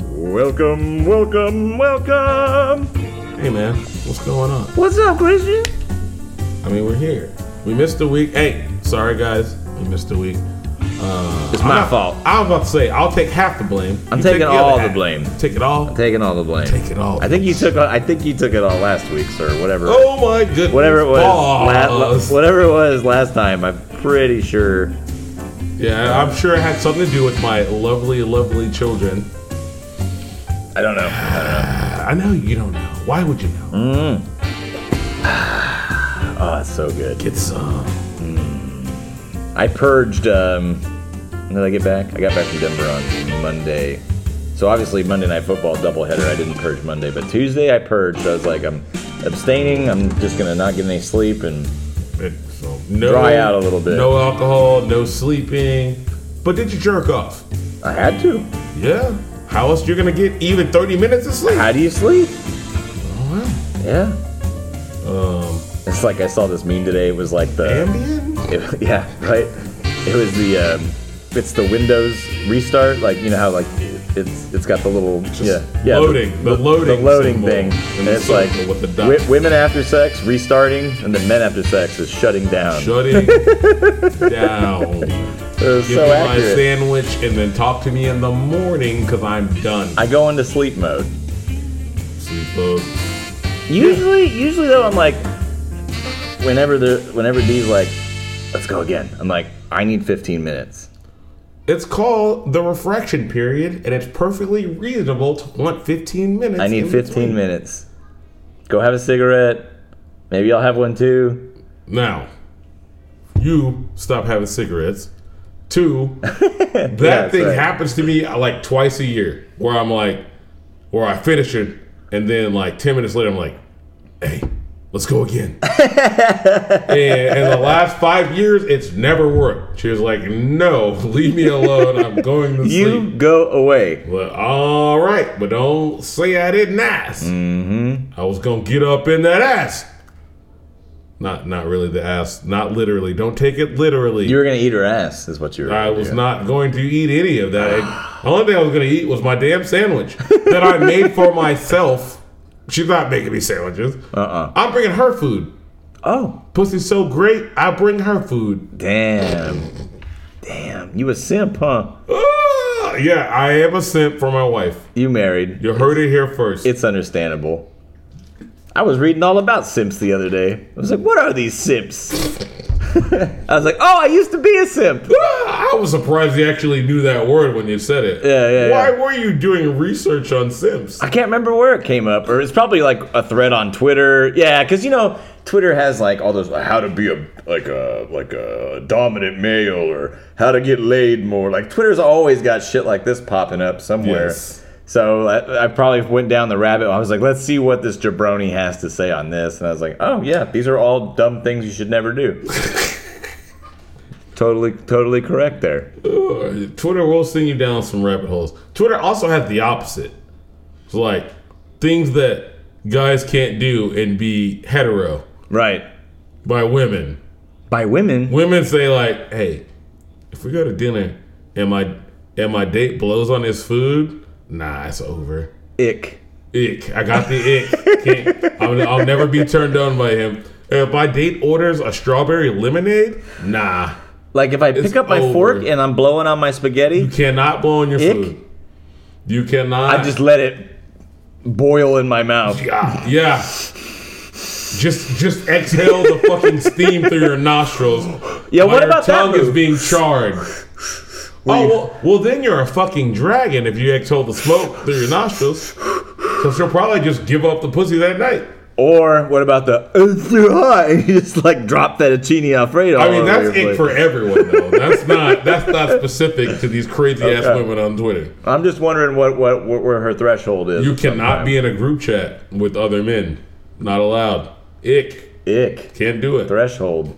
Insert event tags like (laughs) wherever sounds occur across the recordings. Welcome, welcome, welcome. Hey man, what's going on? What's up, Christian? I mean, we're here. We missed a week. Hey, sorry guys, we missed a week. It's my fault. I was about to say I'll take half the blame. I'm You taking other all the half. blame. Take it all. Taking all the blame. Take it all. I think you took. I think you took it all last week, sir. Whatever. Oh my goodness. Whatever it was. la- la- Balls. whatever it was last time. I'm pretty sure. yeah, I'm sure it had something to do with my lovely, lovely children. I don't know. I know you don't know. Why would you know? Oh, that's so good. Get some. I purged. Um, when did I get back? I got back from Denver on Monday. So obviously Monday night football doubleheader. I didn't purge Monday, but Tuesday I purged. I was like, I'm abstaining. I'm just gonna not get any sleep and It- so no, Dry out a little bit. No alcohol. No sleeping. But did you jerk off? I had to. Yeah. How else you're gonna get even 30 minutes of sleep? How do you sleep? Oh, Yeah. well. Um, It's like I saw this meme today. It was like the Ambien. it- (laughs) yeah, right. It was the um, it's the Windows restart. Like you know how like it's it's got the little yeah yeah loading, the loading loading symbol thing. in And the it's like circle with the wi- dot. women after sex restarting, and then men after sex is shutting down. Shutting (laughs) down. It was Give so me my accurate. sandwich and then talk to me in the morning because I'm done. I go into sleep mode. Sleep mode. Usually, usually though, I'm like, whenever the whenever D's like, let's go again. I'm like, I need 15 minutes. It's called the refraction period, and it's perfectly reasonable to want 15 minutes. I need in 15 between. minutes. Go have a cigarette. Maybe I'll have one too. Now, you stop having cigarettes. (laughs) Two, that Yes, thing right. happens to me uh, like twice a year where I'm like, where I finish it, and then like 10 minutes later, I'm like, hey, let's (laughs) go again. and in the last five years, it's never worked. She was like, no, (laughs) leave me alone. I'm going to You sleep. go away. Well, all right, but don't say I didn't ask. I was gonna get up in that ass. Not, not really the ass. Not literally. Don't take it literally. You were gonna eat her ass, is what you were. I gonna was do. not going to eat any of that. the only thing I was gonna eat was my damn sandwich that I made for myself. She's not making me sandwiches. Uh-uh. I'm bringing her food. Oh, Pussy's so great. I bring her food. damn, damn. You a simp, huh? Ah, yeah, I am a simp for my wife. You married. You heard it here first. It's understandable. I was reading all about simps the other day. I was like, what are these simps? (laughs) I was like, oh, I used to be a simp. Ah, I was surprised you actually knew that word when you said it. Yeah, yeah, Why yeah. were you doing research on Sims? I can't remember where it came up, or it's probably like a thread on Twitter. Yeah, because you know Twitter has like all those like, how to be a like a like a dominant male or how to get laid more. Like Twitter's always got shit like this popping up somewhere. Yes. So I, I probably went down the rabbit. hole. I was like, let's see what this jabroni has to say on this, and I was like, oh yeah, these are all dumb things you should never do. totally, totally correct there. Ugh, Twitter will send you down some rabbit holes. Twitter also has the opposite. It's like things that guys can't do and be hetero Right. by women. By women. Women say like, "Hey, if we go to dinner and my and my date blows on his food, nah, it's over." Ick. ick. I got the ick. Can't, I'll, I'll never be turned on by him. If my date orders a strawberry lemonade, nah. Like if I pick up my over. fork and I'm blowing on my spaghetti, You cannot blow on your Ick. food. You cannot. I just let it boil in my mouth. Ah, yeah. Just just exhale the fucking steam through your nostrils. Yeah, while what your about that tongue is move? being charred. Oh you- well, well then you're a fucking dragon if you exhale the smoke through your nostrils. So she'll probably just give up the pussy that night. Or what about the (laughs) it's too hot? And you just like drop fettuccine alfredo. I all mean, over that's your it for plate. everyone, (laughs) though. That's not that's not specific to these crazy ass Okay. women on Twitter. I'm just wondering what what what- where her threshold is. You cannot be in a group chat with other men. Not allowed. Ick. ick Can't do it. threshold.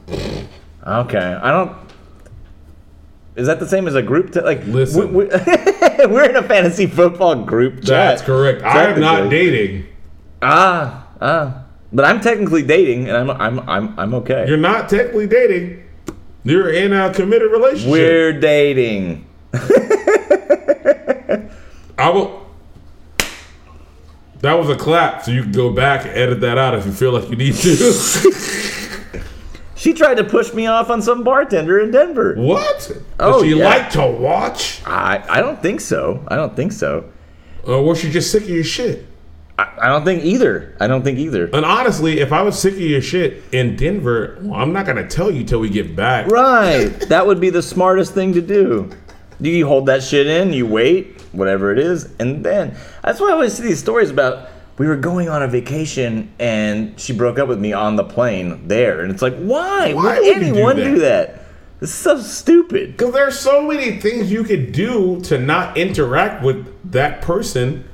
Okay, I don't. Is that the same as a group? T- like, Listen. we, (laughs) are in a fantasy football group chat. That's correct. I am not Technically. dating. Ah, ah. But I'm technically dating, and I'm I'm I'm I'm okay. You're not technically dating. You're in a committed relationship. We're dating. I will. That was a clap, so you can go back and edit that out if you feel like you need to. (laughs) She tried to push me off on some bartender in Denver. what? Oh, Does she yeah. like to watch? I, I don't think so. I don't think so. Or was she just sick of your shit? I, I don't think either. I don't think either. And honestly, if I was sick of your shit in Denver, well, I'm not gonna tell you till we get back. Right. That would be the smartest thing to do. You hold that shit in, you wait, whatever it is, and then that's why I always see these stories about we were going on a vacation and she broke up with me on the plane there. And it's like, why? Why would would you do anyone that? do that? This is so stupid. Because there's so many things you could do to not interact with that person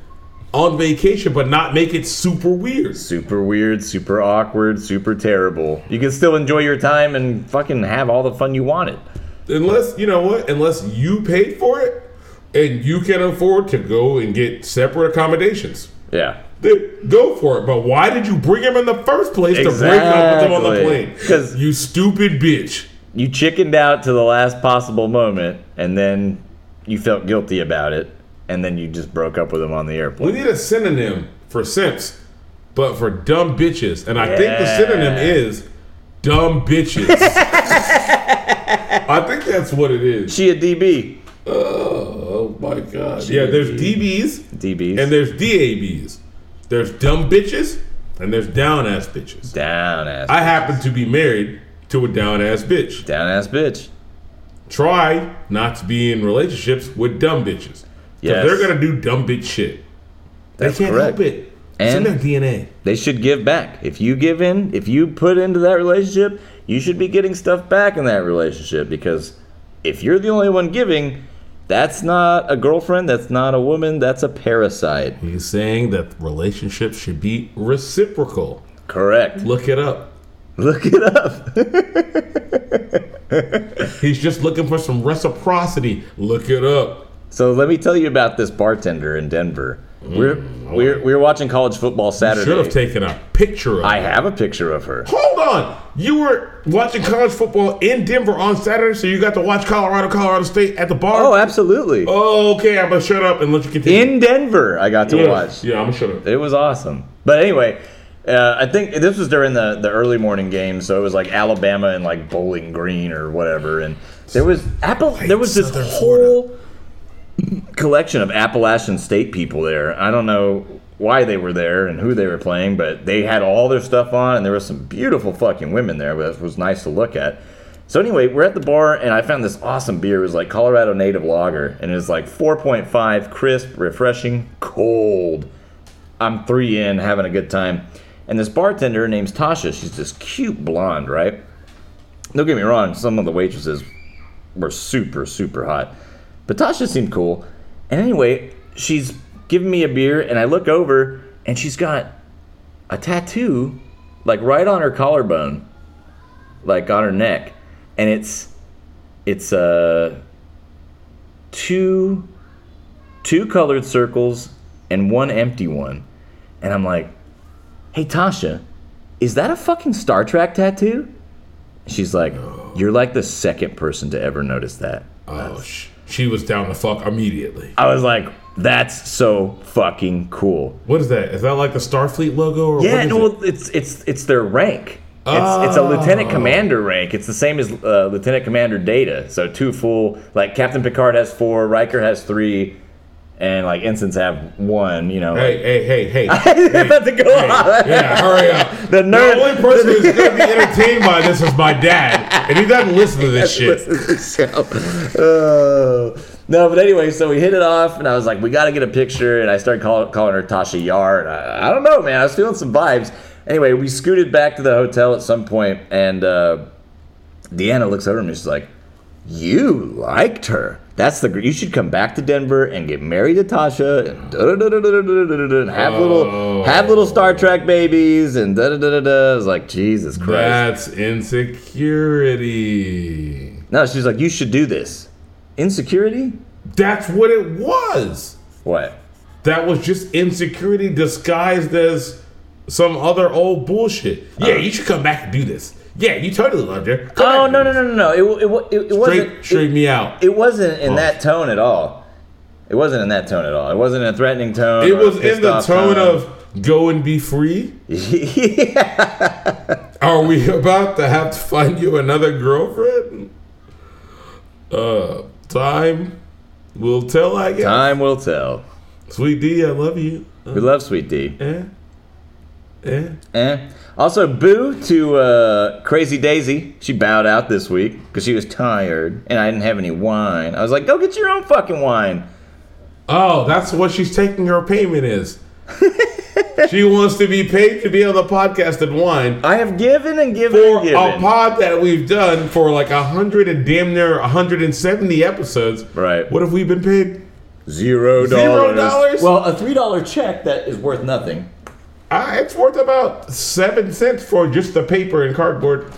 on vacation, but not make it super weird. Super weird, super awkward, super terrible. You can still enjoy your time and fucking have all the fun you wanted. Unless you know what? Unless you paid for it and you can afford to go and get separate accommodations. Yeah. Then go for it. But why did you bring him in the first place to break up with him on the Exactly. plane? 'Cause- you stupid bitch. you chickened out to the last possible moment and then you felt guilty about it and then you just broke up with him on the airplane We need a synonym for simps, but for dumb bitches. And I think the Yeah. synonym is dumb (laughs) bitches. I think that's what it is. she a db Oh my god. yeah, there's DBs dbs and there's DABs. There's dumb bitches and there's down ass bitches. down ass I happen to be married to a down ass bitch. down ass bitch Try not to be in relationships with dumb bitches. Yeah, Yes. they're gonna do dumb bitch shit. That's they can't correct. help it. And- it's in their DNA. they should give back if you give in if you put into that relationship you should be getting stuff back in that relationship because if you're the only one giving that's not a girlfriend that's not a woman that's a parasite He's saying that relationships should be reciprocal. correct (laughs) Look it up. look it up He's just looking for some reciprocity. Look it up. So let me tell you about this bartender in Denver. Mm, We're we're we're watching college football Saturday. Should have taken a picture of. I it. have a picture of her. Hold on. You were watching college football in Denver on Saturday, so you got to watch Colorado, Colorado State at the bar. Oh, absolutely. Oh, okay. I'm gonna shut up and let you continue. In Denver, I got to yeah. watch. Yeah, I'm gonna shut up. It was awesome. But anyway, uh, I think this was during the the early morning game, so it was like Alabama and like Bowling Green or whatever. And there was Apple. There was this Southern whole collection of Appalachian State people there. I don't know why they were there and who they were playing, but they had all their stuff on, and there was some beautiful fucking women there, which was nice to look at. So anyway, we're at the bar, and I found this awesome beer. It was like Colorado Native Lager, and it was like 4.5, crisp, refreshing, cold. I'm three in, having a good time. And this bartender, her name's Tasha. She's this cute blonde, right? Don't get me wrong, some of the waitresses were super, super hot. But Tasha seemed cool. And anyway, she's giving me a beer, and I look over, and she's got a tattoo, like right on her collarbone, like on her neck. And it's, it's, uh, two two colored circles and one empty one. And I'm like, hey, Tasha, is that a fucking Star Trek tattoo? She's like, you're like the second person to ever notice that. Oh, sh- she was down to fuck immediately. I was like, that's so fucking cool. What is that? Is that like the Starfleet logo or Yeah, what is no, it? Oh. well, it's it's it's their rank. It's, it's a lieutenant commander rank. It's the same as uh, lieutenant commander data. So two full, like Captain Picard has four, Riker has three, and like ensigns have one. You know, Hey, hey, hey, hey. You're (laughs) about to go on. Yeah, hurry up. The nerd- only person who's going to be entertained by this is my dad, and he doesn't listen to this shit. Uh, (laughs) no, but anyway, so we hit it off, and I was like, we got to get a picture. And I started call, calling her Tasha Yar. And I, I don't know, man. I was feeling some vibes. Anyway, we scooted back to the hotel at some point, and uh, Deanna looks over at me. She's like, you liked her. That's the. gr- You should come back to Denver and get married to Tasha and, da- da- da- da- da- da- da- da- da- da- and have little have little Star Trek babies and da da da da da. I was like, Jesus Christ. That's insecurity. No, she's like, you should do this. Insecurity? That's what it was. What? That was just insecurity disguised as some other old bullshit. Yeah, you should come back and do this. Yeah, you totally loved her. Come back Oh and no do no no no no! It wa- it wa- it, it this. wasn't Straight, straight it, me out. it wasn't in that tone at all. It wasn't in that tone at all. It wasn't in a threatening tone. It or a was in pissed the off tone of go and be free? yeah. Are we about to have to find you another girlfriend? Uh, time will tell, I guess. (laughs) Time will tell. Sweet D, I love you. Uh, We love Sweet D. eh? Eh? Eh. Also, boo to uh, Crazy Daisy. She bowed out this week because she was tired and I didn't have any wine. I was like, go get your own fucking wine. Oh, that's what she's taking her (laughs) payment is. she wants to be paid to be on the podcast and wine I have given and given for and given. a pod that we've done for like a hundred and damn near 170 episodes. Right. What have we been paid? Zero Zero dollars? Well, a three dollar check that is worth nothing. Uh, it's worth about seven cents for just the paper and cardboard.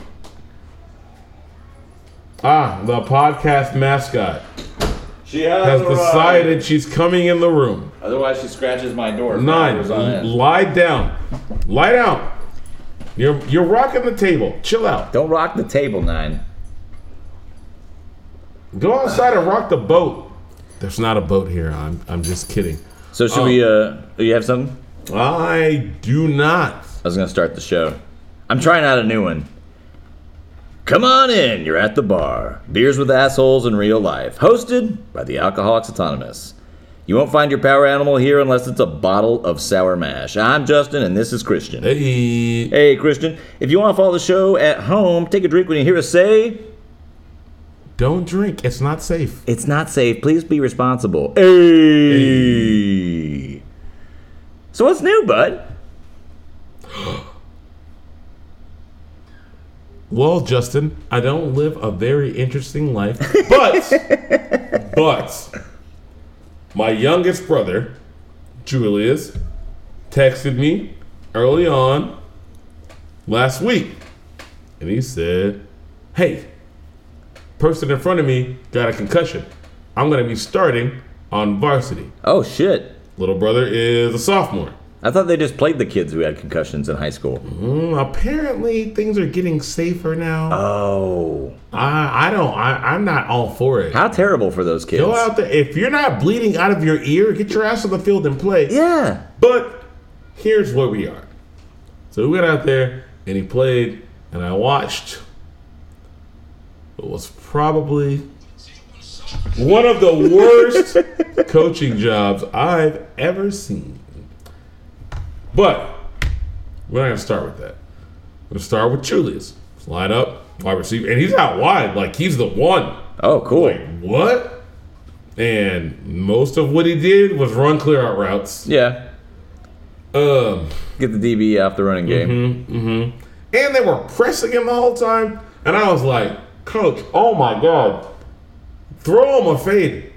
Ah, the podcast mascot She has, has decided she's coming in the room. Otherwise, she scratches my door. Nine, lie down, lie down. You're you're rocking the table. Chill out. Don't rock the table, nine. Go outside and rock the boat. There's not a boat here. I'm I'm just kidding. So should we? Uh, you have something? I do not. I was gonna start the show. I'm trying out a new one. Come on in. You're at the bar. Beers with assholes in real life. Hosted by the Alcoholics Anonymous. You won't find your power animal here unless it's a bottle of sour mash. I'm Justin, and this is Christian. Hey, Hey, Christian, if you want to follow the show at home, take a drink when you hear us say, don't drink. It's not safe. It's not safe. Please be responsible. Hey. So what's new, bud? Well, Justin, I don't live a very interesting life, but but my youngest brother, Julius, texted me early on last week, and he said, "Hey, person in front of me got a concussion. I'm going to be starting on varsity. Oh shit. Little brother is a sophomore. I thought they just played the kids who had concussions in high school. Mm, apparently, things are getting safer now. Oh. I I don't. I, I'm not all for it." How terrible for those kids. Go out there. If you're not bleeding out of your ear, get your ass on the field and play. Yeah. But here's where we are. So we went out there and he played, and I watched what was probably one of the worst coaching jobs I've ever seen. But we're not going to start with that. We're going to start with Julius. Slide up, wide receiver. And he's out wide. Like, he's the one Oh, cool. what? And most of what he did was run clear out routes. Yeah. Um, Get the DB off the running game. Mm-hmm. and they were pressing him the whole time. And I was like, Coach, oh my God, throw him a fade.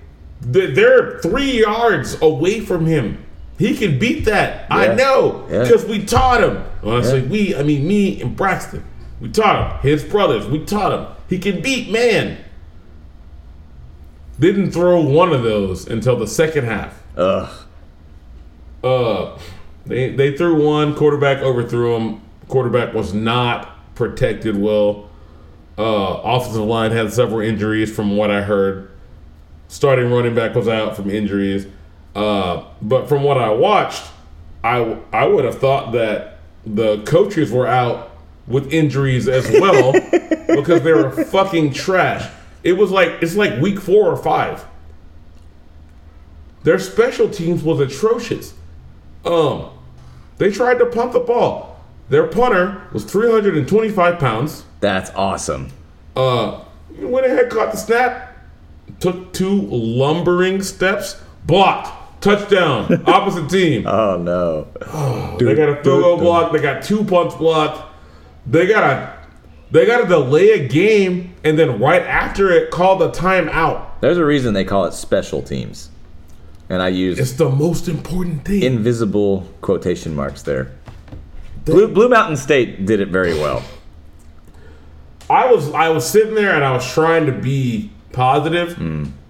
Th- They're three yards away from him. He can beat that. I Yeah. know Yeah. because we taught him. When I say we, I mean me and Braxton. We taught him. His brothers. We taught him. He can beat man. Didn't throw one of those until the second half. Ugh. Uh, they they threw one quarterback overthrew him. Quarterback was not protected well. Uh, offensive line had several injuries from what I heard. Starting running back was out from injuries. Uh, but from what I watched, I I would have thought that the coaches were out with injuries as well because they were fucking trash. It was like it's like week four or five. Their special teams was atrocious. Um, they tried to punt the ball. Their punter was 325 pounds. That's awesome. Uh, went ahead, caught the snap, took two lumbering steps, blocked, (laughs) touchdown, opposite team. Oh no. Uh, (gasps) They got a field goal block. They got two punts blocked. They got a they got to delay a game and then right after it call the timeout. There's a reason they call it special teams. And I use It's the most important thing. invisible quotation marks there. Blue, Blue Mountain State did it very well. I was I was sitting there and I was trying to be positive,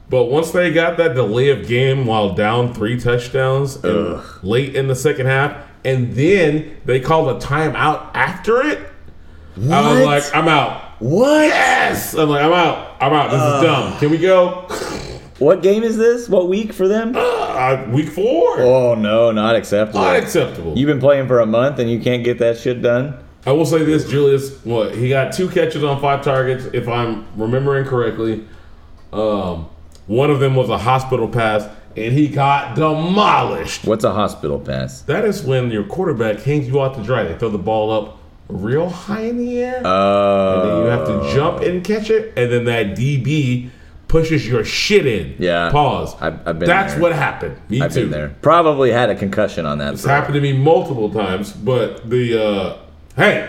but once they got that delay of game while down three touchdowns in- late in the second half, and then they called a timeout after it, I was What? like, I'm out. What? Yes, I'm like, I'm out. I'm out. This is dumb. Can we go? (sighs) What game is this? What week for them? Uh, week four. Oh no, not acceptable. Unacceptable. You've been playing for a month and you can't get that shit done. I will say this, Julius. What he got two catches on five targets, if I'm remembering correctly. Um, one of them was a hospital pass, and he got demolished. What's a hospital pass? That is when your quarterback hangs you out to dry. They throw the ball up real high in the air, and then Uh, you have to jump and catch it, and then that DB pushes your shit in. Yeah. Pause. I've- I've been That's there. what happened. Me I've too. been there. Probably had a concussion on that. It's happened to me multiple times, but the uh, hey,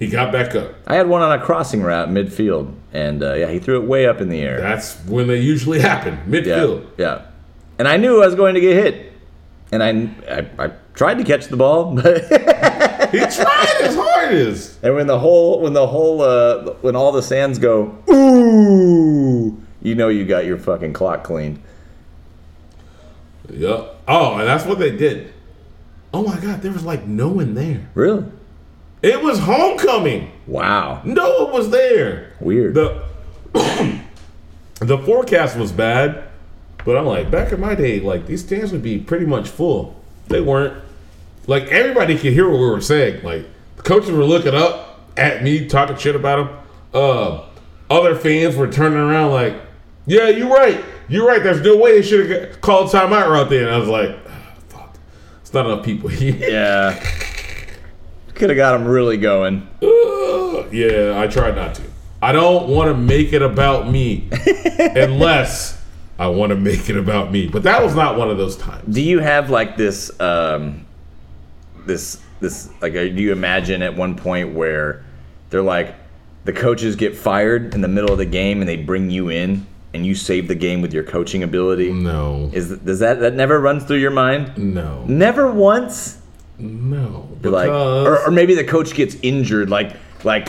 he got back up. I had one on a crossing route midfield, and uh, yeah, he threw it way up in the air. That's when they usually happen, (laughs) yeah, midfield. yeah. And I knew I was going to get hit, and I I, I tried to catch the ball, (laughs) but He tried his hardest. and when the whole when the whole uh, when all the sands go ooh, you know you got your fucking clock cleaned. Yep. Oh, and that's what they did. Oh my God, there was like no one there. Really? It was homecoming. Wow. No one was there. Weird. The (coughs) the forecast was bad, but I'm like back in my day, like these stands would be pretty much full. They weren't. Like everybody could hear what we were saying. Like the coaches were looking up at me, talking shit about him. Uh, other fans were turning around like, "Yeah, you're right. You're right. There's no way they should have called timeout right there." And I was like, "Ah, "Fuck, it's not enough people (laughs) here." yeah. Could have got him really going. Ugh. (sighs) yeah, I tried not to. I don't want to make it (laughs) about me unless I want to make it about me. But that was not one of those times. Do you have like this, um, this, this, like, uh, do you imagine at one point where they're like, the coaches get fired in the middle of the game and they bring you in and you save the game with your coaching Mm. ability? No. Is does that that never runs through your Mm. mind? No. Never once. No. You're like, Because- or, or maybe the coach gets injured, like, like,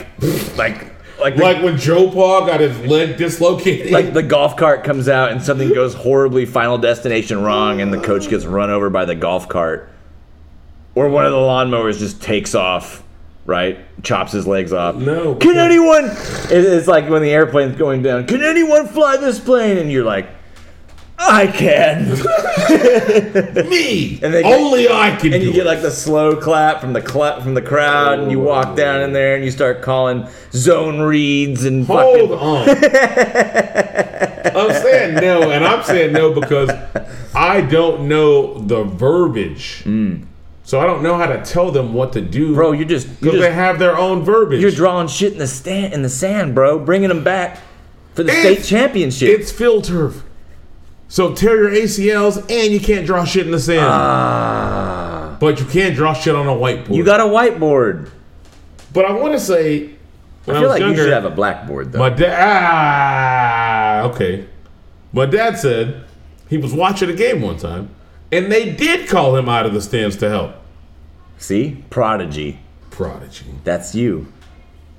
like, like, the, like when Joe Paul got his leg dislocated. like the golf cart comes out and something goes horribly final destination wrong and the coach gets run over by the golf cart or one of the lawnmowers just takes off right chops his legs off (laughs) no. can anyone it- it's like when the airplane's going down can anyone fly this plane and you're like i can me. And they get- Only I can and do you get it. like the slow clap from the clap from the crowd and you walk down in there and you start calling zone reads and fucking (laughs) Hold on. I'm saying no, and I'm saying no because I don't know the verbiage. So I don't know how to tell them what to do. Mm. bro you're just you're Because just they have their own verbiage. You're drawing shit in the stand in the sand, bro. Bringing them back for the It's- state championship. it's field turf. So tear your ACLs and you can't draw shit in the sand. but you can draw shit on a whiteboard. Ah. you got a whiteboard. but I want to say, when I, I feel was like younger, you should have a blackboard though. my dad. Ah, okay. My dad said he was watching a game one time and they did call him out of the stands to help. See, prodigy. Prodigy. That's you.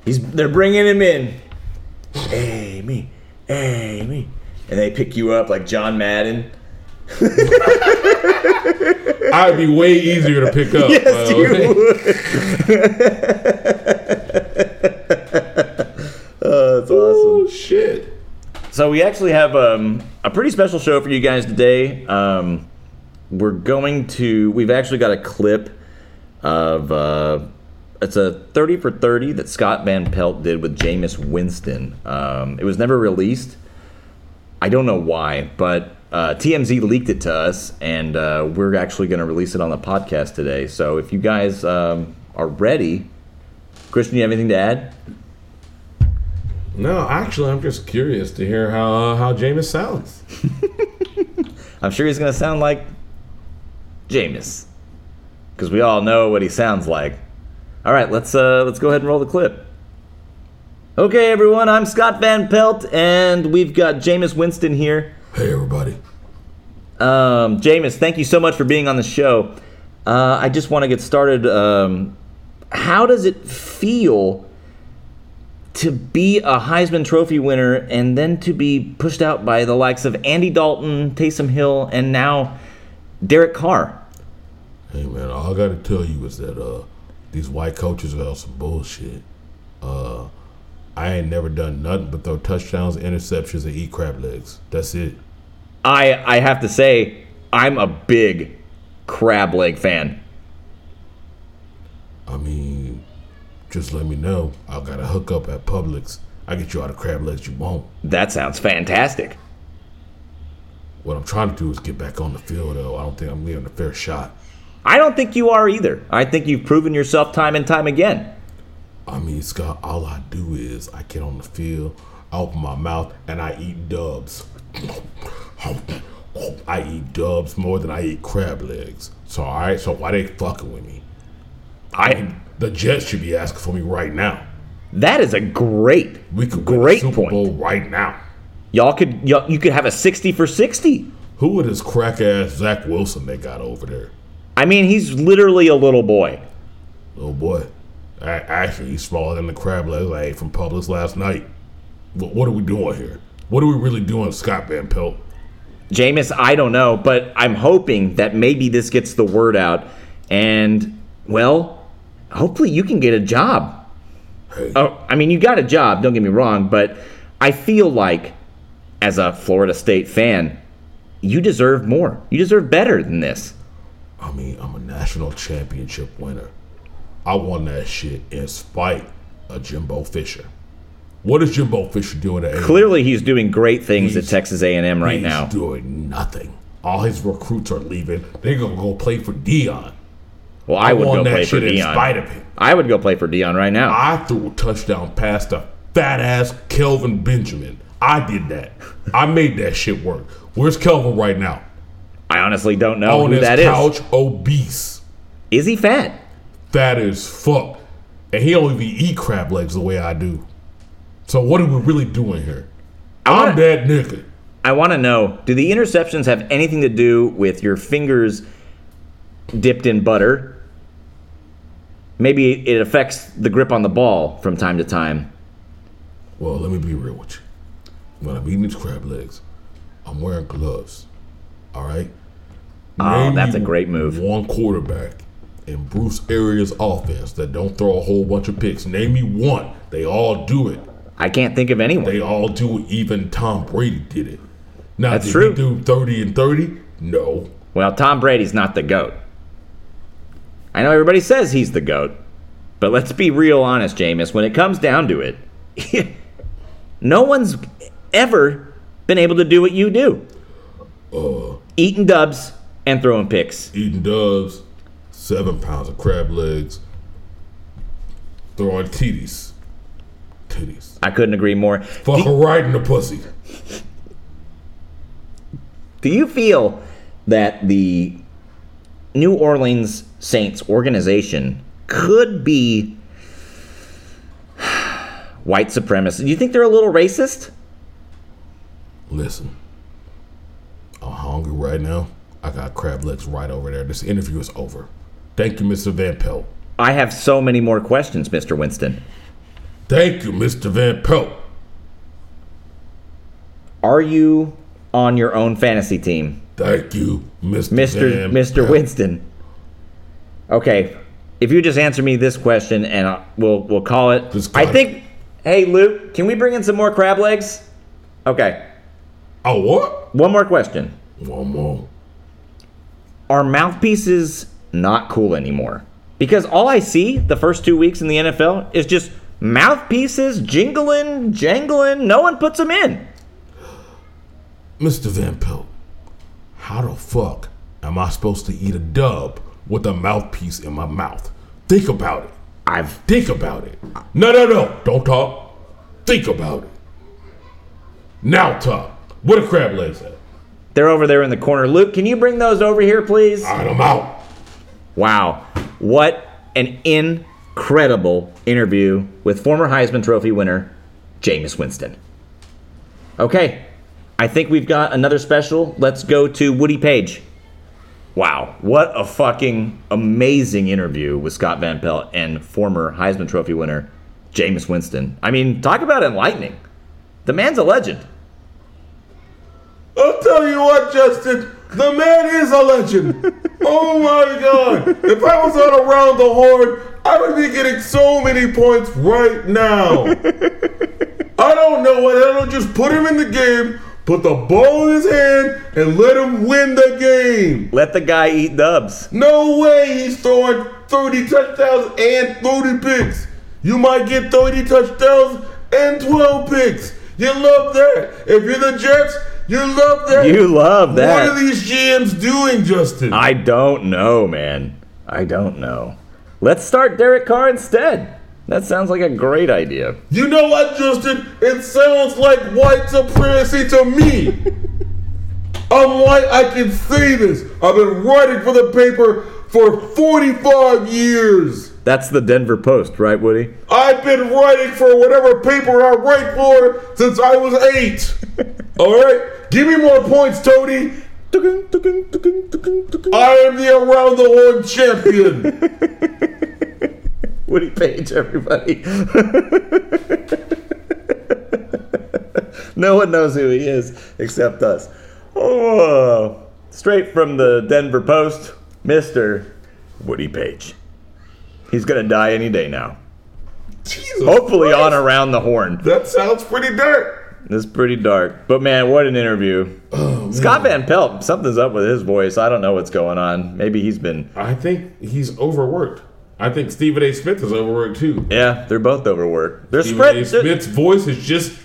He's they're bringing him in. Amy, Amy, and they pick you up like John Madden. I'd be way easier to pick up. (laughs) Yes, by the (laughs) way. you would. (laughs) oh, that's awesome. Oh, shit. So we actually have um, a pretty special show for you guys today. Um, we're going to. We've actually got a clip of. Uh, it's a 30 for 30 that Scott Van Pelt did with Jameis Winston. Um, it was never released. I don't know why, but uh, TMZ leaked it to us, and uh, we're actually going to release it on the podcast today. So if you guys um, are ready, Christian, you have anything to add? No, actually, I'm just curious to hear how uh, how Jameis sounds. I'm sure he's going to sound like Jameis, because we all know what he sounds like. All right, let's uh, let's go ahead and roll the clip. Okay, everyone, I'm Scott Van Pelt, and we've got Jameis Winston here. Hey, everybody. Um, Jameis, thank you so much for being on the show. Uh, I just want to get started. Um, how does it feel to be a Heisman Trophy winner and then to be pushed out by the likes of Andy Dalton, Taysom Hill, and now Derek Carr? Hey, man, all I gotta tell you is that uh, these white coaches are on some bullshit. Uh, I ain't never done nothing but throw touchdowns, interceptions, and eat crab legs. That's it. I I have to say I'm a big crab leg fan. I mean, just let me know. I got a hookup at Publix. I get you all the crab legs you want. That sounds fantastic. What I'm trying to do is get back on the field, though. I don't think I'm getting a fair shot. I don't think you are either. I think you've proven yourself time and time again. I mean, Scott, all I do is I get on the field, I open my mouth, and I eat dubs. I eat dubs more than I eat crab legs. So, all right, so why they fucking with me? I The Jets should be asking for me right now. that is a great We could win Great the Super point. Bowl right now. y'all could y'all, you could have a 60 for 60. Who is this crack ass Zach Wilson they got over there? I mean, he's literally a little boy. Little Oh, boy. I, actually, he's smaller than the crab legs I ate from Publix last night. What, what are we doing here? What are we really doing, Scott Van Pelt? Jameis, I don't know, but I'm hoping that maybe this gets the word out and well, hopefully you can get a job. Hey, Oh, I mean, you got a job, don't get me wrong, but I feel like, as a Florida State fan, you deserve more. You deserve better than this. I mean, I'm a national championship winner. I won that shit in spite of Jimbo Fisher. What is Jimbo Fisher doing at A&M? Clearly, he's doing great things at He's- Texas A&M right now. He's doing nothing. All his recruits are leaving. They're gonna go play for Dion. Well, I would won go that play for shit in spite of Dion. him. I would go play for Dion right now. I threw a touchdown pass to fat ass Kelvin Benjamin. I did that. I made that shit work. Where's Kelvin right now? I honestly don't know On who his that is. couch, obese, Is he fat? fat as fuck, and he don't even eat crab legs the way I do. So what are we really doing here? wanna- I'm that nigga. I want to know: Do the interceptions have anything to do with your fingers dipped in butter? Maybe it affects the grip on the ball from time to time. Well, let me be real with you. When I'm eating these crab legs, I'm wearing gloves. All right. Oh, Name that's me a great move. One quarterback in Bruce Arians' offense that don't throw a whole bunch of picks. Name me one. They all do it. I can't think of anyone. They all do it. Even Tom Brady did it. Now, That's did true. he do thirty and thirty? No. well, Tom Brady's not the goat. I know everybody says he's the goat, but let's be real honest, Jameis. When it comes down to it, (laughs) no one's ever been able to do what you do: eating dubs and throwing picks. Eating doves, seven pounds of crab legs, throwing titties, titties. I couldn't agree more. Fuck her right in the pussy. Do you feel that the New Orleans Saints organization could be (sighs) white supremacist? Do you think they're a little racist? Listen, I'm hungry right now. I got crab legs right over there. This interview is over. Thank you, Mr. Van Pelt. I have so many more questions, Mr. Winston. Thank you, Mr. Van Pelt. Are you on your own fantasy team, Thank you, Mr. Mr. Van Mr. Pelt. Winston? Okay, if you just answer me this question, and I- we'll we'll call it. This guy- I think. Hey, Luke, can we bring in some more crab legs? Okay, Oh, what? one more question. One more. are mouthpieces not cool anymore? Because all I see the first two weeks in the NFL is just mouthpieces jingling, jangling. No one puts them in. Mr. Van Pelt, how the fuck am I supposed to eat a dub with a mouthpiece in my mouth? Think about it. I've Think about it. No, no, no. Don't talk. Think about it. Now talk. Where the crab legs at? they're over there in the corner. Luke, can you bring those over here, please? All right, I'm out. Wow, what an incredible interview with former Heisman Trophy winner Jameis Winston. Okay, I think we've got another special. Let's go to Woody Page. Wow, what a fucking amazing interview with Scott Van Pelt and former Heisman Trophy winner Jameis Winston. I mean, talk about enlightening. The man's a legend. I'll tell you what, Justin, the man is a legend. oh my God. If I was on around the horn, I would be getting so many points right now. I don't know what, I'll just put him in the game, Put the ball in his hand and let him win the game. Let the guy eat dubs. No way he's throwing 30 touchdowns and 30 picks. You might get 30 touchdowns and 12 picks. You love that. If you're the Jets, you love that. You love What are that. these GMs doing, Justin? I don't know, man. I don't know. Let's start Derek Carr instead. That sounds like a great idea. you know what, Justin? It sounds like white supremacy (laughs) to me. I'm white, I can say this. I've been writing for the paper for 45 years. That's the Denver Post, right, Woody? I've been writing for whatever paper I write for since I was (laughs) eight. All right, give me more points, Tony. I am the around the horn (laughs) champion. Woody Page, everybody. (laughs) no one knows who he is except us. Oh, straight from the Denver Post, Mr. Woody Page. He's going to die any day now. Jesus, Hopefully, on around the horn. Oh, that sounds pretty dark. It's pretty dark. But man, what an (clears throat) interview. Oh, Scott Van Pelt, something's up with his voice. I don't know what's going on. Maybe he's been. I think he's overworked. I think Stephen A. Smith is overworked too. Yeah, they're both overworked. They're Stephen A. spread. they're- Smith's voice is just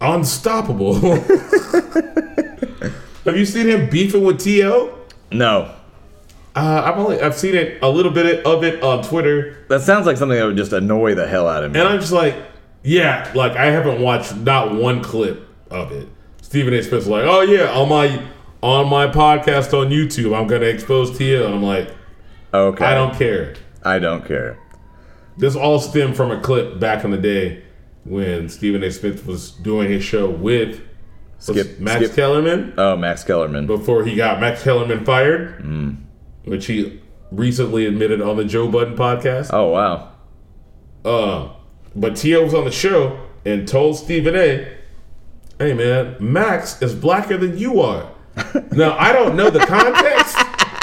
unstoppable. (laughs) Have you seen him beefing with TL? No, Uh, I've only I've seen it a little bit of it on Twitter. That sounds like something that would just annoy the hell out of me. And I'm just like, yeah, like I haven't watched not one clip of it. Stephen A. Smith's like, oh yeah, on my on my podcast on YouTube, I'm gonna expose TL. And I'm like, okay. I don't care. I don't care. This all stemmed from a clip back in the day when Stephen A. Smith was doing his show with was Skip- Max Skip- Kellerman Oh, Max Kellerman. before he got Max Kellerman fired, Mm. which he recently admitted on the Joe Budden podcast. Oh wow. Uh, but T.O. was on the show and told Stephen A., hey, man, Max is blacker than (laughs) you are. now, I don't know the context,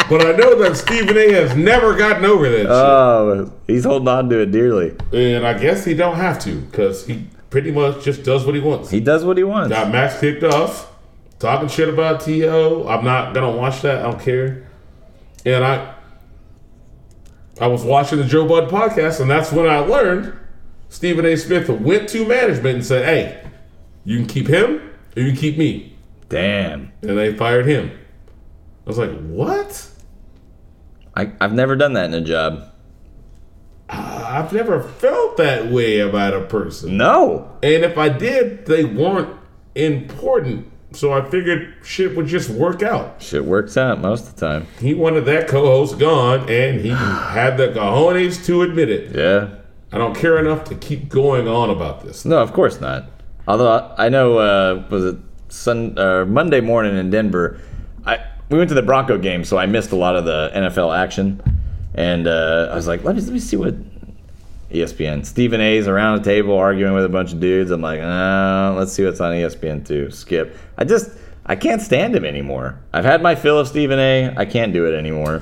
but I know that Stephen A. has never gotten over that Oh, he's holding on to it dearly. shit. And I guess he don't have to because he pretty much just does what he wants. He does what he wants. Got Max kicked off, talking shit about T.O. I'm not going to watch that. I don't care. And I... I was watching the Joe Bud podcast, and that's when I learned Stephen A. Smith went to management and said, "Hey, you can keep him, or you can keep me," Damn. and they fired him. I was like, "What? I, I've never done that in a job. I've never felt that way about a person, No. and if I did, they weren't important." So I figured shit would just work out. Shit works out most of the time. He wanted that co-host gone, and he had the cojones to admit it. Yeah. I don't care enough to keep going on about this. No, of course not. Although I- I know, uh, was it Sun uh, Monday morning in Denver? I we went to the Bronco game, so I missed a lot of the NFL action, and uh, I was like, let me let me see what E ESPN. Stephen A's around a table arguing with a bunch of dudes. I'm like, uh, let's see what's on ESPN too. Skip. I just I can't stand him anymore. I've had my fill of Stephen A. I can't do it anymore.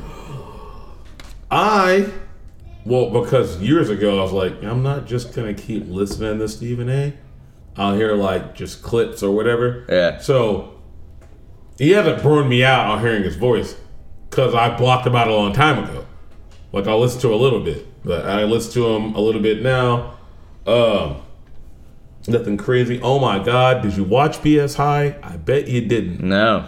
I, well, because years ago I was like, I'm not just gonna keep listening to Stephen A. I'll hear like just clips or whatever. Yeah. So he hasn't burned me out on hearing his voice because I blocked him out a long time ago. Like I listened to a little bit, but I listen to him a little bit now. Um, nothing crazy. Oh my God, did you watch PS High? I bet you didn't. No.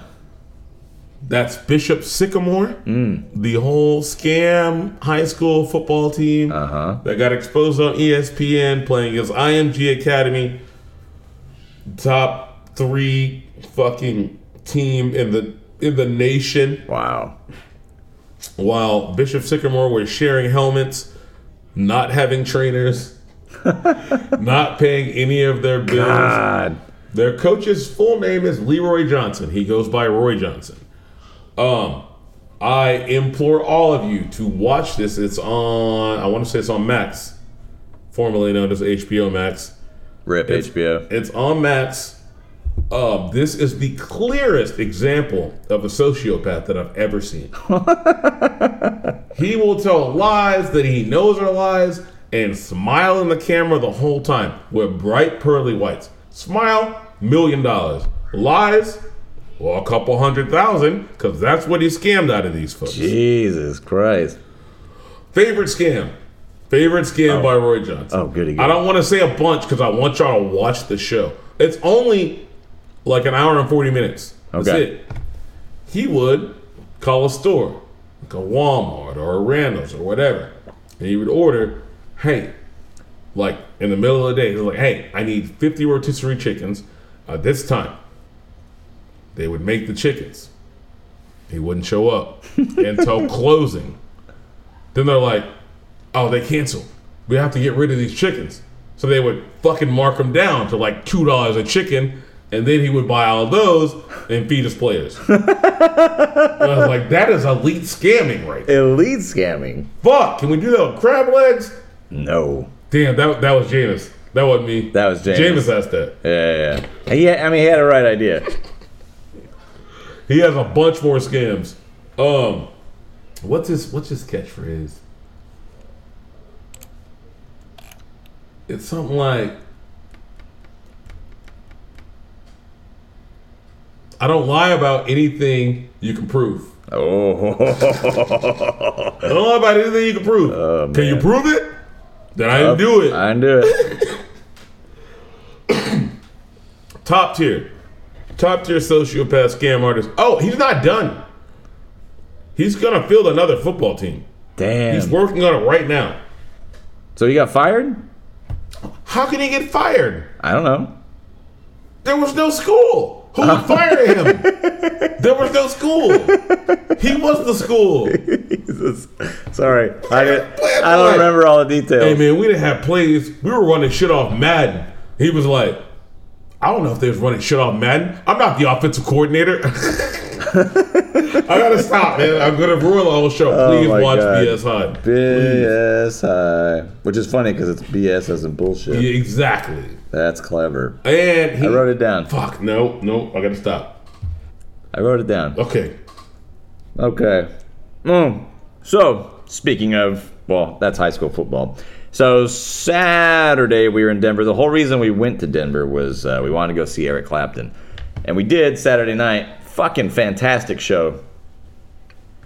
That's Bishop Sycamore, the whole scam high school football team Uh huh. that got exposed on E ESPN playing as IMG Academy, top three fucking team in the in the nation. Wow. While Bishop Sycamore was sharing helmets, not having trainers, not paying any of their bills. God. Their coach's full name is Leroy Johnson. He goes by Roy Johnson. Um, I implore all of you to watch this. It's on. I want to say it's on Max, formerly known as HBO Max. Rip HBO. It's on Max. Um, this is the clearest example of a sociopath that I've ever seen. he will tell lies that he knows are lies and smile in the camera the whole time with bright pearly whites. Smile, million dollars. Lies, well, a couple hundred thousand, because that's what he scammed out of these folks. Jesus Christ. Favorite scam. Favorite scam by Roy Johnson. Oh, goody, goody. I don't want to say a bunch because I want y'all to watch the show. It's only like an hour and 40 minutes. That's Okay. it. He would call a store, like a Walmart or a Randall's or whatever. And he would order, hey, like in the middle of the day, he's like, hey, I need 50 rotisserie chickens at this time. They would make the chickens. He wouldn't show up until closing. Then they're like, oh, they canceled. We have to get rid of these chickens. So they would fucking mark them down to like $2 a chicken, and then he would buy all those and feed his players. (laughs) And I was like, that is elite scamming right there. Elite scamming. Fuck, can we do that with crab legs? No. Damn, that, that was Jameis. That wasn't me. That was Jameis. Jameis asked that. Yeah, yeah. He had, I mean, he had a right idea. He has a bunch more scams. Um, what's his what's his catchphrase? It's something like, "I don't lie about anything you can prove. Oh, I don't lie about anything you can prove. can you prove it? Then I didn't do it. I knew it. Top tier. Top tier sociopath scam artist. Oh, he's not done. He's gonna field another football team. He's Damn. working on it right now. So he got fired? How can he get fired? I don't know. (laughs) There was no school. Who would fire (laughs) him? There was no school. He was the school. Jesus. Sorry. I, didn't- Play it I don't right. remember all the details. Hey man, we didn't have plays. We were running shit off Madden. He was like, I don't know if they was running shit off Madden. I'm not the offensive coordinator. (laughs) I gotta stop, man. I'm gonna ruin the whole show. Please Oh my watch God. BS High. BS high. Which is funny because it's BS as in bullshit. Yeah, exactly. That's clever. And he I wrote it down. Fuck, no, no, I gotta stop. I wrote it down. Okay. Okay. Mm. So, speaking of, well, that's high school football. So, Saturday we were in Denver. The whole reason we went to Denver was uh, we wanted to go see Eric Clapton. And we did Saturday night. Fucking fantastic show.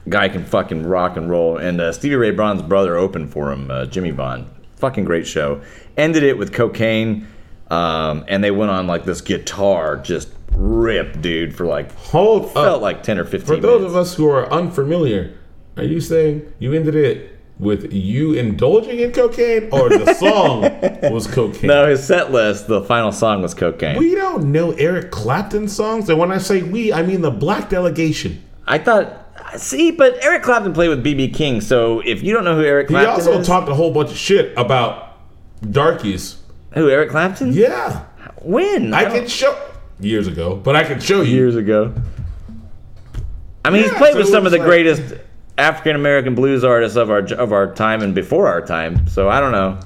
Guy can fucking rock and roll. And uh, Stevie Ray Vaughan's brother opened for him, uh, Jimmy Vaughn. Fucking great show. Ended it with cocaine. Um, and they went on like this guitar just rip, dude, for like, Hold up. felt like 10 or 15 For minutes. those of us who are unfamiliar, are you saying you ended it with you indulging in cocaine (laughs) or the song was cocaine? No, his set list, the final song was cocaine. We don't know Eric Clapton songs, and when I say we, I mean the black delegation. I thought, see, but Eric Clapton played with BB King, so if you don't know who Eric He Clapton also is, talked a whole bunch of shit about darkies. who Eric Clapton? Yeah, When I don't- can show years ago, but I can show you. years ago. I mean, he's Yeah, played so with it some of was the like- greatest African American blues artists of our of our time and before our time. So I don't know.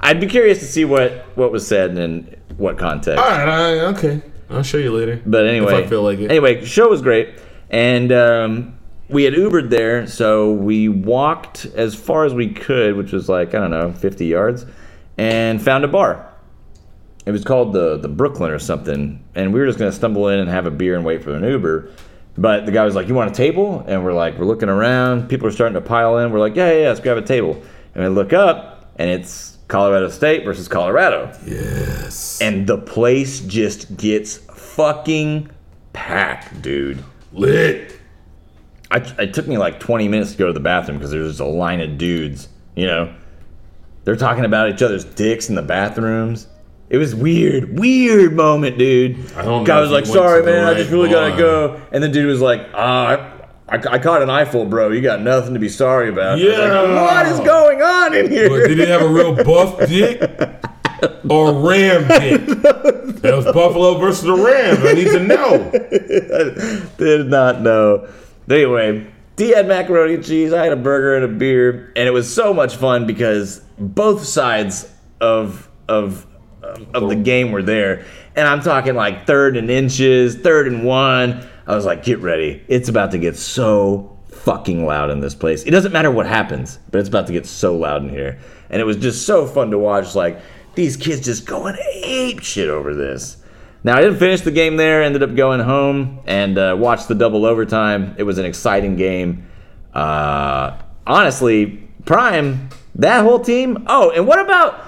I'd be curious to see what what was said and in what context. All right, I, okay, I'll show you later. But anyway, if I feel like it. Anyway, show was great, and um, we had Ubered there, so we walked as far as we could, which was like I don't know, 50 yards, and found a bar. It was called the the Brooklyn or something, and we were just gonna stumble in and have a beer and wait for an Uber. But the guy was like, "You want a table?" And we're like, we're looking around. People are starting to pile in. We're like, "Yeah, yeah, yeah let's grab a table." And we look up, and it's Colorado State versus Colorado yes, and the place just gets fucking packed, dude. lit. I, it took me like 20 minutes to go to the bathroom because there's just a line of dudes, you know. They're talking about each other's dicks in the bathrooms. It was weird, weird moment, dude. I don't Guy know was if like, you went "Sorry, to the man, I right just really gotta line." go." And the dude was like, "Ah, I, I, I caught an eyeful, bro. You got nothing to be sorry about." I was like, Yeah. what is going on in here? But did he have a real buff dick or ram dick? That was Buffalo versus the Rams. I need to know. (laughs) Did not know. Anyway, D had macaroni and cheese. I had a burger and a beer, and it was so much fun because both sides of of um, of the game were there, and I'm talking like third and inches, third and one. I was like, get ready, it's about to get so fucking loud in this place. It doesn't matter what happens, but it's about to get so loud in here, and it was just so fun to watch. Like these kids just going ape shit over this. Now, I didn't finish the game there, ended up going home and uh, watched the double overtime. It was an exciting game. Uh, honestly, Prime, that whole team. Oh, and what about.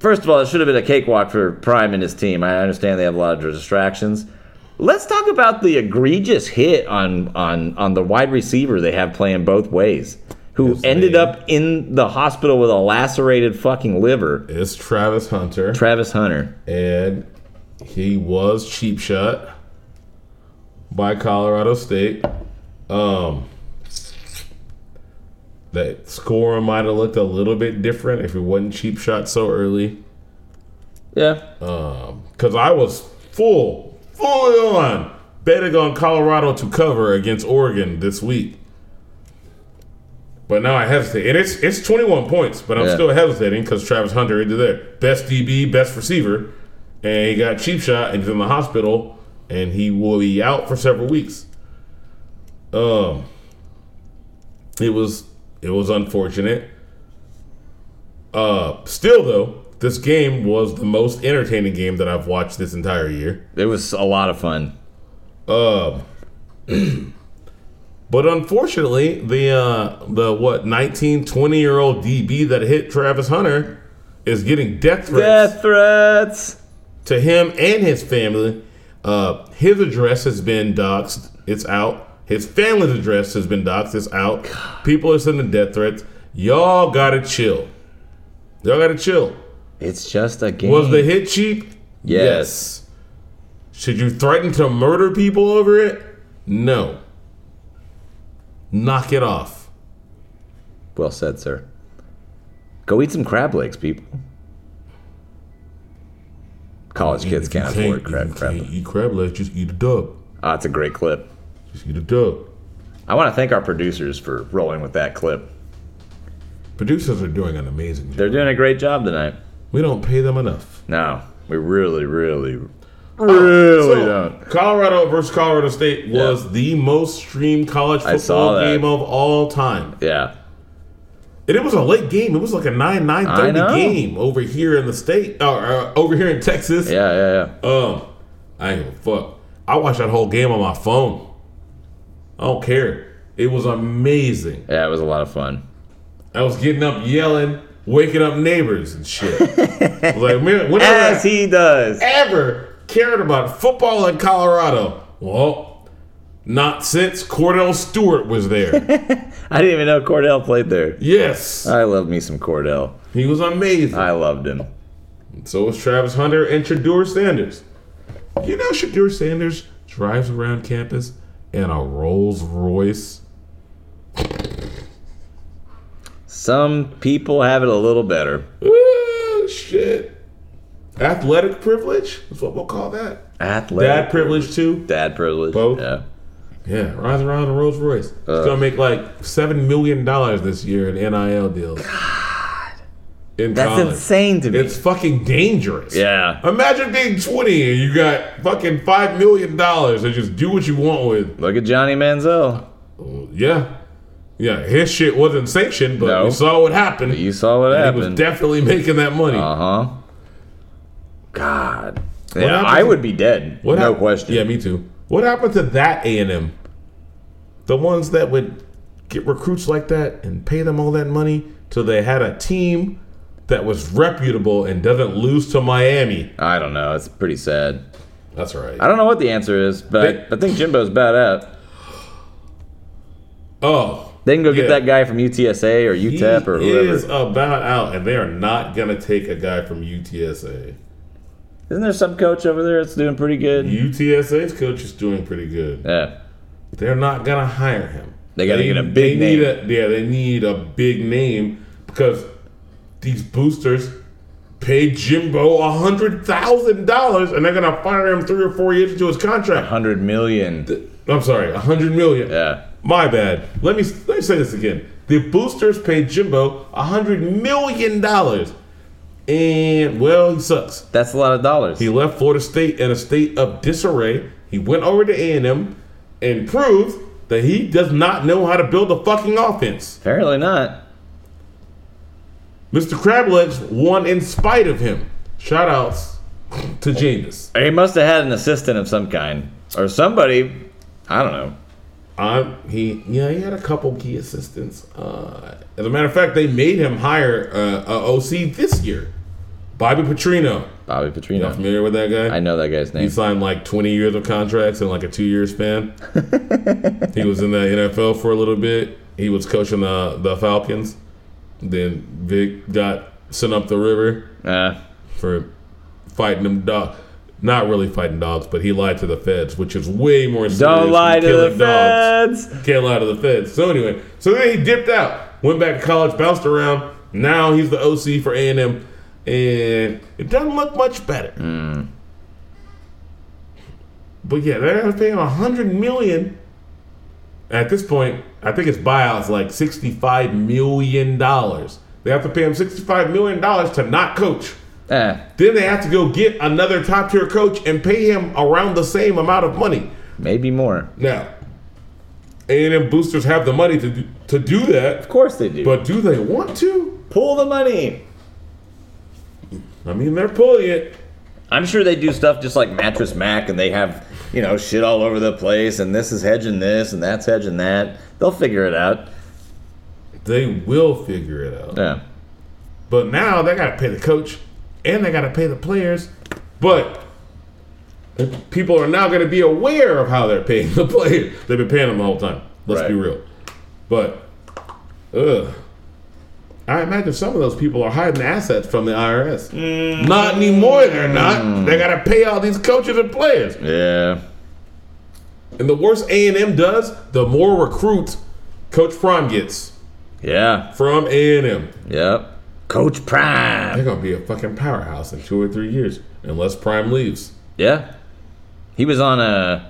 First of all, it should have been a cakewalk for Prime and his team. I understand they have a lot of distractions. Let's talk about the egregious hit on on on the wide receiver they have playing both ways, who His ended name. up in the hospital with a lacerated fucking liver. It's Travis Hunter, Travis Hunter. and he was cheap shot by Colorado State. Um, that score might have looked a little bit different if it wasn't cheap shot so early. Yeah. Because I was full, fully on betting on Colorado to cover against Oregon this week. But now I hesitate. And it's it's 21 points, but I'm Yeah. still hesitating because Travis Hunter into there. Best DB, best receiver. And he got cheap shot and he's in the hospital and he will be out for several weeks. Um it was it was unfortunate. Uh still though, this game was the most entertaining game that I've watched this entire year. It was a lot of fun. But unfortunately, the uh, the what 19, 20 year old DB that hit Travis Hunter is getting death threats Death threats. to him and his family. Uh, his address has been doxxed. It's out. His family's address has been doxxed. It's out. People are sending death threats. Y'all gotta chill. Y'all gotta chill. It's just a game. Was the hit cheap? Yes. Should you threaten to murder people over it? No. Knock it off. Well said, sir. Go eat some crab legs, people. College kids If you can't can't- afford if you crab. crab. can't eat crab legs. Just eat a dub. Ah, it's a great clip. Just eat a dub. I want to thank our producers for rolling with that clip. Producers are doing an amazing job. They're doing a great job tonight. We don't pay them enough. No, we really, really, really So, don't. Colorado versus Colorado State was the most streamed college I saw football that. game of all time, Yeah, and it was a late game. It was like a nine nine I thirty know. game over here in the state, or uh, over here in Texas. yeah, yeah, yeah. Um, I ain't give a fuck. I watched that whole game on my phone. I don't care. It was amazing. Yeah, it was a lot of fun. I was getting up yelling, waking up neighbors and shit. I was like, man, whenever (laughs) As I he does. ever cared about football in Colorado, well, not since Cordell Stewart was there. I didn't even know Cordell played there. yes, I love me some Cordell. he was amazing. I loved him. So was Travis Hunter and Shadur Sanders. You know, Shadur Sanders drives around campus in a Rolls Royce. Some people have it a little better. Ooh, shit. Athletic privilege? That's what we'll call that. Athletic. Dad privilege, too. Dad privilege. Both? Yeah. Yeah, rides around in Rolls Royce. He's Uh, gonna make like seven million dollars this year in NIL deals. God, in That's college, insane to me. it's fucking dangerous. yeah. imagine being twenty and you got fucking five million dollars and just do what you want with. Look at Johnny Manziel. Yeah, yeah, his shit wasn't sanctioned, but No. we saw what happened. You saw what he was happened. definitely making that money. uh huh. God. Yeah, happened I to- would be dead. What no hap- question. Yeah, me too. What happened to that A and M? The ones that would get recruits like that and pay them all that money till they had a team that was reputable and doesn't lose to Miami. I don't know. It's pretty sad. That's right. I don't know what the answer is, but I, I think Jimbo's bad at. Oh, They can go get Yeah. that guy from UTSA or he UTEP or whoever. is about out, and they are not gonna take a guy from UTSA. Isn't there some coach over there that's doing pretty good? UTSA's coach is doing pretty good. yeah. They're not gonna hire him. They gotta get a big they name. Need a, yeah, they need a big name because these boosters paid Jimbo a hundred thousand dollars, and they're gonna fire him three or four years into his contract. Hundred million. I'm sorry, a hundred million. yeah. My bad. Let me let me say this again. The boosters paid Jimbo a hundred million dollars, and well, he sucks. That's a lot of dollars. He left Florida State in a state of disarray. He went over to A&M and proved that he does not know how to build a fucking offense. Apparently not. Mr. Crablegs won in spite of him. Shoutouts to Janus. He must have had an assistant of some kind or somebody. I don't know. Um, he yeah, he had a couple key assistants. Uh, as a matter of fact, they made him hire uh, a OC this year, Bobby Petrino. Bobby Not Petrino. familiar with that guy? I know that guy's He name. signed like 20 years of contracts in like a two year (laughs) span. he was in the NFL for a little bit. He was coaching the the Falcons. Then Vic got sent up the river Uh, for fighting them dog. Not really fighting dogs, but he lied to the feds, which is way more. serious don't than lie to the killing dogs. feds. Can't lie to the feds. So anyway, so then he dipped out, went back to college, bounced around. Now he's the OC for A and M, and it doesn't look much better. Hmm. But yeah, they're gonna pay him a hundred million. At this point, I think his buyout's like sixty-five million dollars. They have to pay him sixty-five million dollars to not coach. Eh, Then they have to go get another top-tier coach and pay him around the same amount of money. maybe more. Now, A and M boosters have the money to do, to do that, Of course they do. but do they want to? pull the money. I mean, they're pulling it. I'm sure they do stuff just like Mattress Mac, and they have you know shit all over the place, and this is hedging this, and that's hedging that. They'll figure it out. They will figure it out. Yeah. But now they got to pay the coach, and they got to pay the players. But people are now going to be aware of how they're paying the (laughs) players. They've been paying them the whole time. Let's Right. be real. But, ugh. I imagine some of those people are hiding assets from the IRS. Not anymore. They're not. They got to pay all these coaches and players. Yeah. And the worse A and M does, the more recruits Coach Prime gets Yeah. from A and M. Yep. Coach Prime. They're gonna be a fucking powerhouse in two or three years, unless Prime leaves. Yeah. He was on a,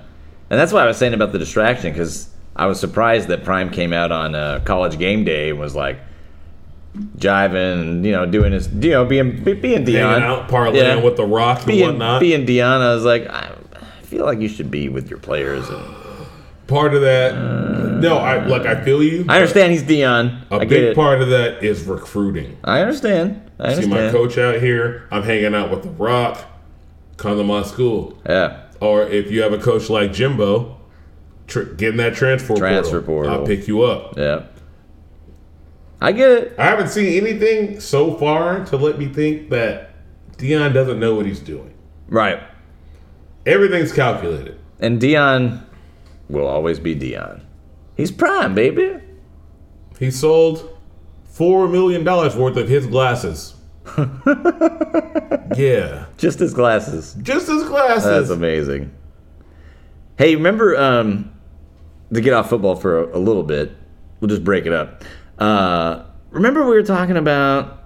and that's why I was saying about the distraction because I was surprised that Prime came out on uh, College Game Day and was like jiving, and, you know, doing his, you know, being be- being Dion, Hanging out, parlaying Yeah. with the Rock and being whatnot. being Dion. I was like, I, I feel like you should be with your players. And, part of that, no, I look, I feel you. Uh, I understand he's Dion. A I get big it. part of that is recruiting. I understand. I See my understand. coach out here. I'm hanging out with the Rock. Come to my school, Yeah. or if you have a coach like Jimbo, tr- get in that transfer, Transfer portal. I'll portal. pick you up. Yeah. I get it. I haven't seen anything so far to let me think that Dion doesn't know what he's doing. Right. Everything's calculated. And Dion will always be Dion. He's prime, baby. He sold four million dollars worth of his (laughs) glasses. yeah, Just his glasses. just his That's glasses. amazing. Hey, remember um, to get off football for a, a little bit. We'll just break it up. Uh, remember we were talking about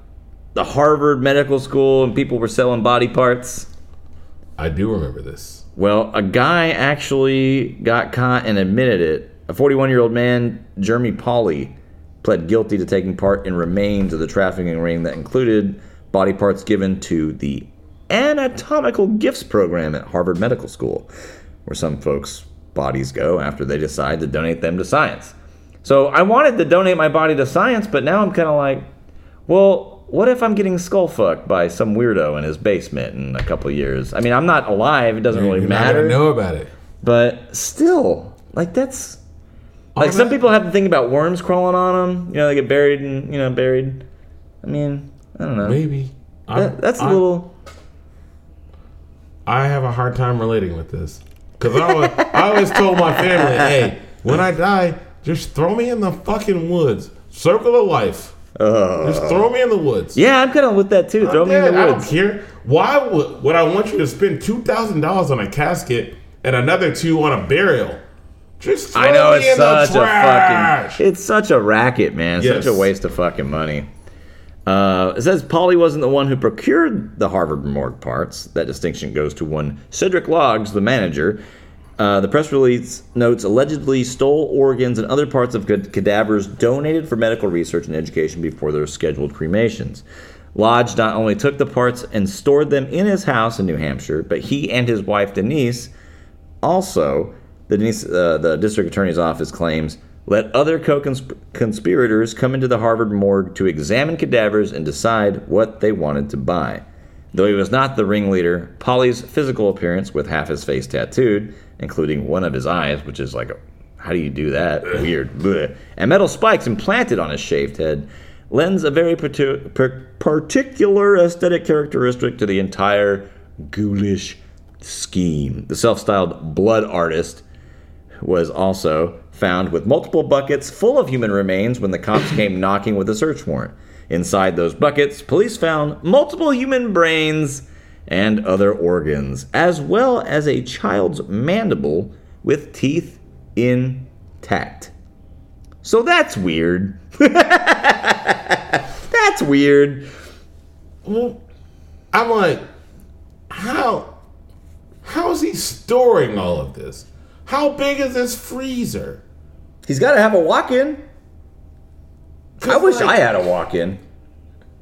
the Harvard Medical School and people were selling body parts. I do remember this. Well, a guy actually got caught and admitted it. A 41 year old man, Jeremy Polly, pled guilty to taking part in remains of the trafficking ring that included body parts given to the Anatomical Gifts Program at Harvard Medical School, where some folks' bodies go after they decide to donate them to science. So I wanted to donate my body to science, but now I'm kind of like, well, what if I'm getting skull fucked by some weirdo in his basement in a couple years? I mean, I'm not alive; it doesn't really You're not matter. gonna know about it. But still, like that's like All some that- people have to think about worms crawling on them. You know, they get buried and you know buried. I mean, I don't know. Maybe. I- That- that's a I- little. I have a hard time relating with this because I always, I always told my (laughs) family, "Hey, when I die, just throw me in the fucking woods, circle of life. Oh. Just throw me in the woods." Yeah, I'm kind of with that too. Throw me in Yeah, the I don't woods. care. Why would, would I want you to spend two thousand dollars on a casket and another two on a burial? Just throw I know me it's in the such a trash. fucking. It's such a racket, man. Yes. Such a waste of fucking money. Uh, it says Polly wasn't the one who procured the Harvard morgue parts. That distinction goes to one Cedric Loggs, the manager. Uh, the press release notes allegedly stole organs and other parts of cad- cadavers donated for medical research and education before their scheduled cremations. Lodge not only took the parts and stored them in his house in New Hampshire, but he and his wife Denise also, the, Denise, uh, the district attorney's office claims let other co conspirators come into the Harvard morgue to examine cadavers and decide what they wanted to buy. Though he was not the ringleader, Polly's physical appearance, with half his face tattooed, including one of his eyes, which is like, how do you do that? Weird. Bleh. And metal spikes implanted on his shaved head lends a very partu- par- particular aesthetic characteristic to the entire ghoulish scheme. The self styled blood artist was also found with multiple buckets full of human remains when the cops came knocking with a search warrant. Inside those buckets, police found multiple human brains and other organs, as well as a child's mandible with teeth intact. So that's weird. (laughs) that's weird. I'm like, how how is he storing all of this? How big is this freezer? He's got to have a walk in. 'Cause, I wish like, I had a walk in.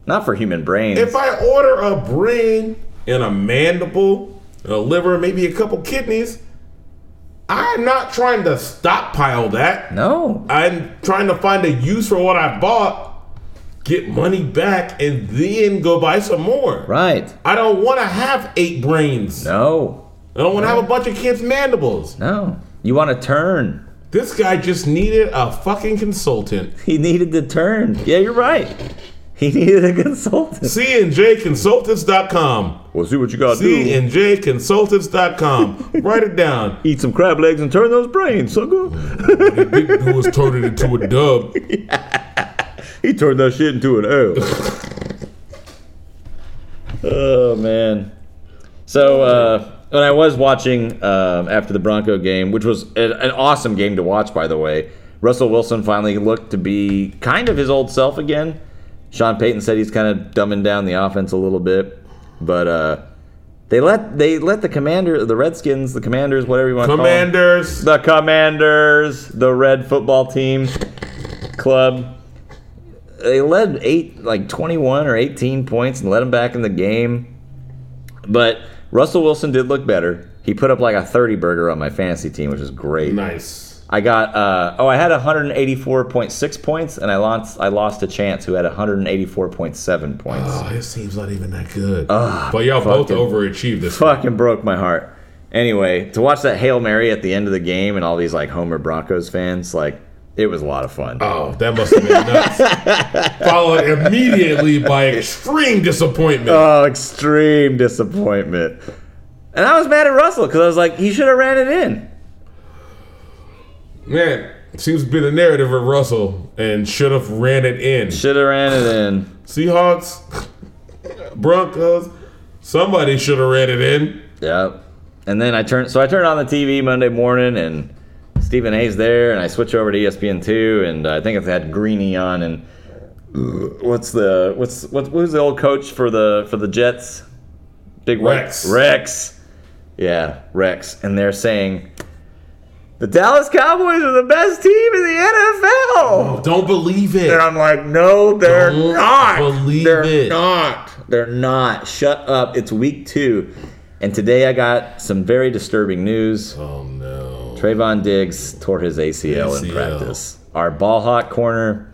Not for human brains. If I order a brain and a mandible, and a liver, maybe a couple kidneys, I'm not trying to stockpile that. no. I'm trying to find a use for what I bought, get money back, and then go buy some more. Right. I don't want to have eight brains. No. I don't want to have a bunch of kids' mandibles. No. You want to turn. This guy just needed a fucking consultant. He needed to turn. Yeah, you're right. He (laughs) needed a consultant. CNJconsultants.com. Well, see what you got to (laughs) CNJconsultants.com. Write it down. Eat some crab legs and turn those brains, sucker. Big dude was turning into a dub. He turned that shit into an L. oh man. So uh, when I was watching um, after the Bronco game, which was an, an awesome game to watch, by the way, Russell Wilson finally looked to be kind of his old self again. Sean Payton said he's kind of dumbing down the offense a little bit, but uh, they let they let the commander, the Redskins, the Commanders, whatever you want to call them, Commanders. the Commanders, the Red Football Team Club. They led eight, like 21 or 18 points and let them back in the game. But Russell Wilson did look better. He put up like a 30 burger on my fantasy team, which is great. Nice. I got, uh, oh, I had 184.6 points, and I lost, I lost to Chance, who had 184.7 points. Oh, his team's not even that good. but y'all both Ah, fucking- overachieved this. fucking broke my heart. Anyway, to watch that Hail Mary at the end of the game and all these like Homer Broncos fans, like it was a lot of fun. Oh, that must have been nuts. Followed immediately by extreme disappointment. Oh, extreme disappointment. And I was mad at Russell because I was like, he should have ran it in. Man, seems to be the narrative of Russell and should have ran it in. Should have ran it in. Seahawks, (laughs) Broncos, somebody should have ran it in. Yep. And then I turned, so I turned on the TV Monday morning and Stephen A's there, and I switch over to E ESPN two, and I think it's had Greeny on, and uh, what's the what's what who's the old coach for the for the Jets? Big white- Rex. Rex. Yeah, Rex, and they're saying the Dallas Cowboys are the best team in the NFL. Don't believe it. And I'm like, no, they're Don't not. believe they're it. not. They're not. Shut up. It's week two. And today I got some very disturbing news. Oh no. Trayvon Diggs tore his ACL, in ACL. practice. Our ball hawk corner.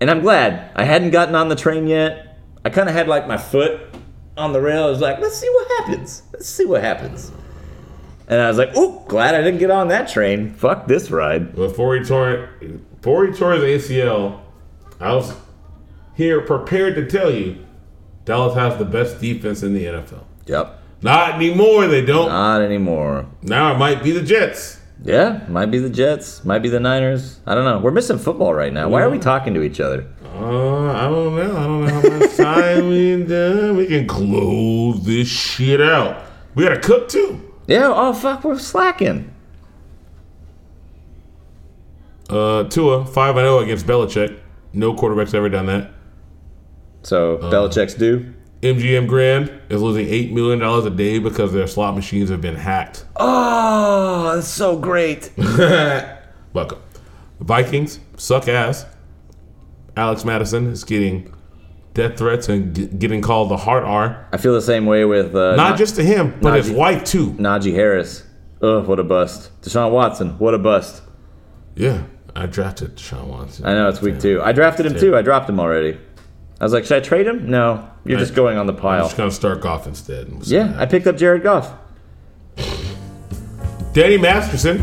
And I'm glad. I hadn't gotten on the train yet. I kind of had like my foot on the rail. I was like, let's see what happens. Let's see what happens. And I was like, ooh, glad I didn't get on that train. Fuck this ride. Before he tore before he tore his ACL, I was here prepared to tell you Dallas has the best defense in the NFL. Yep. Not anymore, they don't. Not anymore. Now it might be the Jets. Yeah, might be the Jets, might be the Niners. I don't know. We're missing football right now. Why are we talking to each other? Uh, I don't know. I don't know how (laughs) much time we done. We can close this shit out. We gotta cook too. Yeah, oh fuck, we're slacking. Uh, Tua five and zero against Belichick. No quarterback's ever done that. So Belichick's due. MGM Grand is losing eight million dollars a day because their slot machines have been hacked. Oh, that's so great. Welcome. Vikings suck ass. Alex Madison is getting death threats and g- getting called the hard R. I feel the same way with uh, Not Na- just to him, but his Najee. wife too. Najee Harris. Ugh, what a bust. Deshaun Watson, what a bust. Yeah, I drafted Deshaun Watson. I know it's week two. I drafted him too. I dropped him already. I was like, should I trade him? No, you're I- just going on the pile. I'm just gonna start Goff instead. and we'll see yeah, what I happens. picked up Jared Goff. Danny Masterson,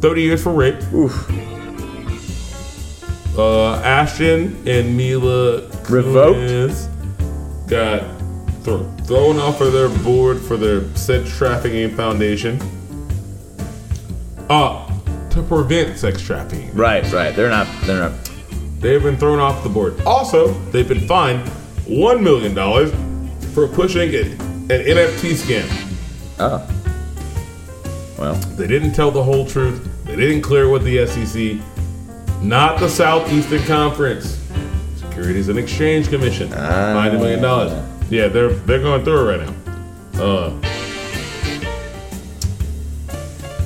30 years for rape. Oof. Uh, Ashton and Mila Revoked? Kunis got thro- thrown off of their board for their sex trafficking foundation. Uh, to prevent sex trafficking. Right, right. They're not. They're not. They've been thrown off the board. Also, they've been fined $1 million for pushing a- an NFT scam. Oh. Well, They didn't tell the whole truth. They didn't clear with the SEC. Not the Southeastern Conference. Securities and Exchange Commission. Five million dollars. Yeah, they're they're going through it right now. Uh,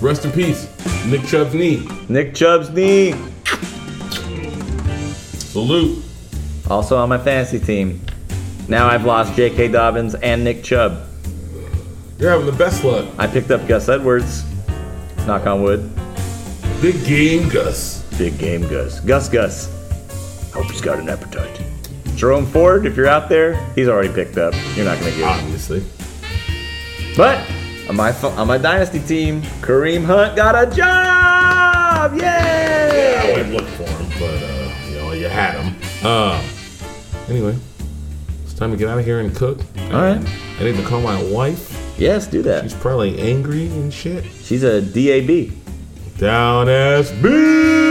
rest in peace, Nick Chubb's knee. Nick Chubb's knee. Salute. Also on my fantasy team. Now I've lost J.K. Dobbins and Nick Chubb. You're having the best luck. I picked up Gus Edwards. Knock on wood. Big game, Gus. Big game, Gus. Gus, Gus. Hope he's got an appetite. Jerome Ford, if you're out there, he's already picked up. You're not going to get him. Obviously. But on my, fu- on my dynasty team, Kareem Hunt got a job! Yeah, I Yay! wouldn't look for him, but uh, you know, you had him. Uh, anyway, it's time to get out of here and cook. All right. I need to call my wife. Yes, do that. She's probably angry and shit. She's a DAB. Down ass bitch.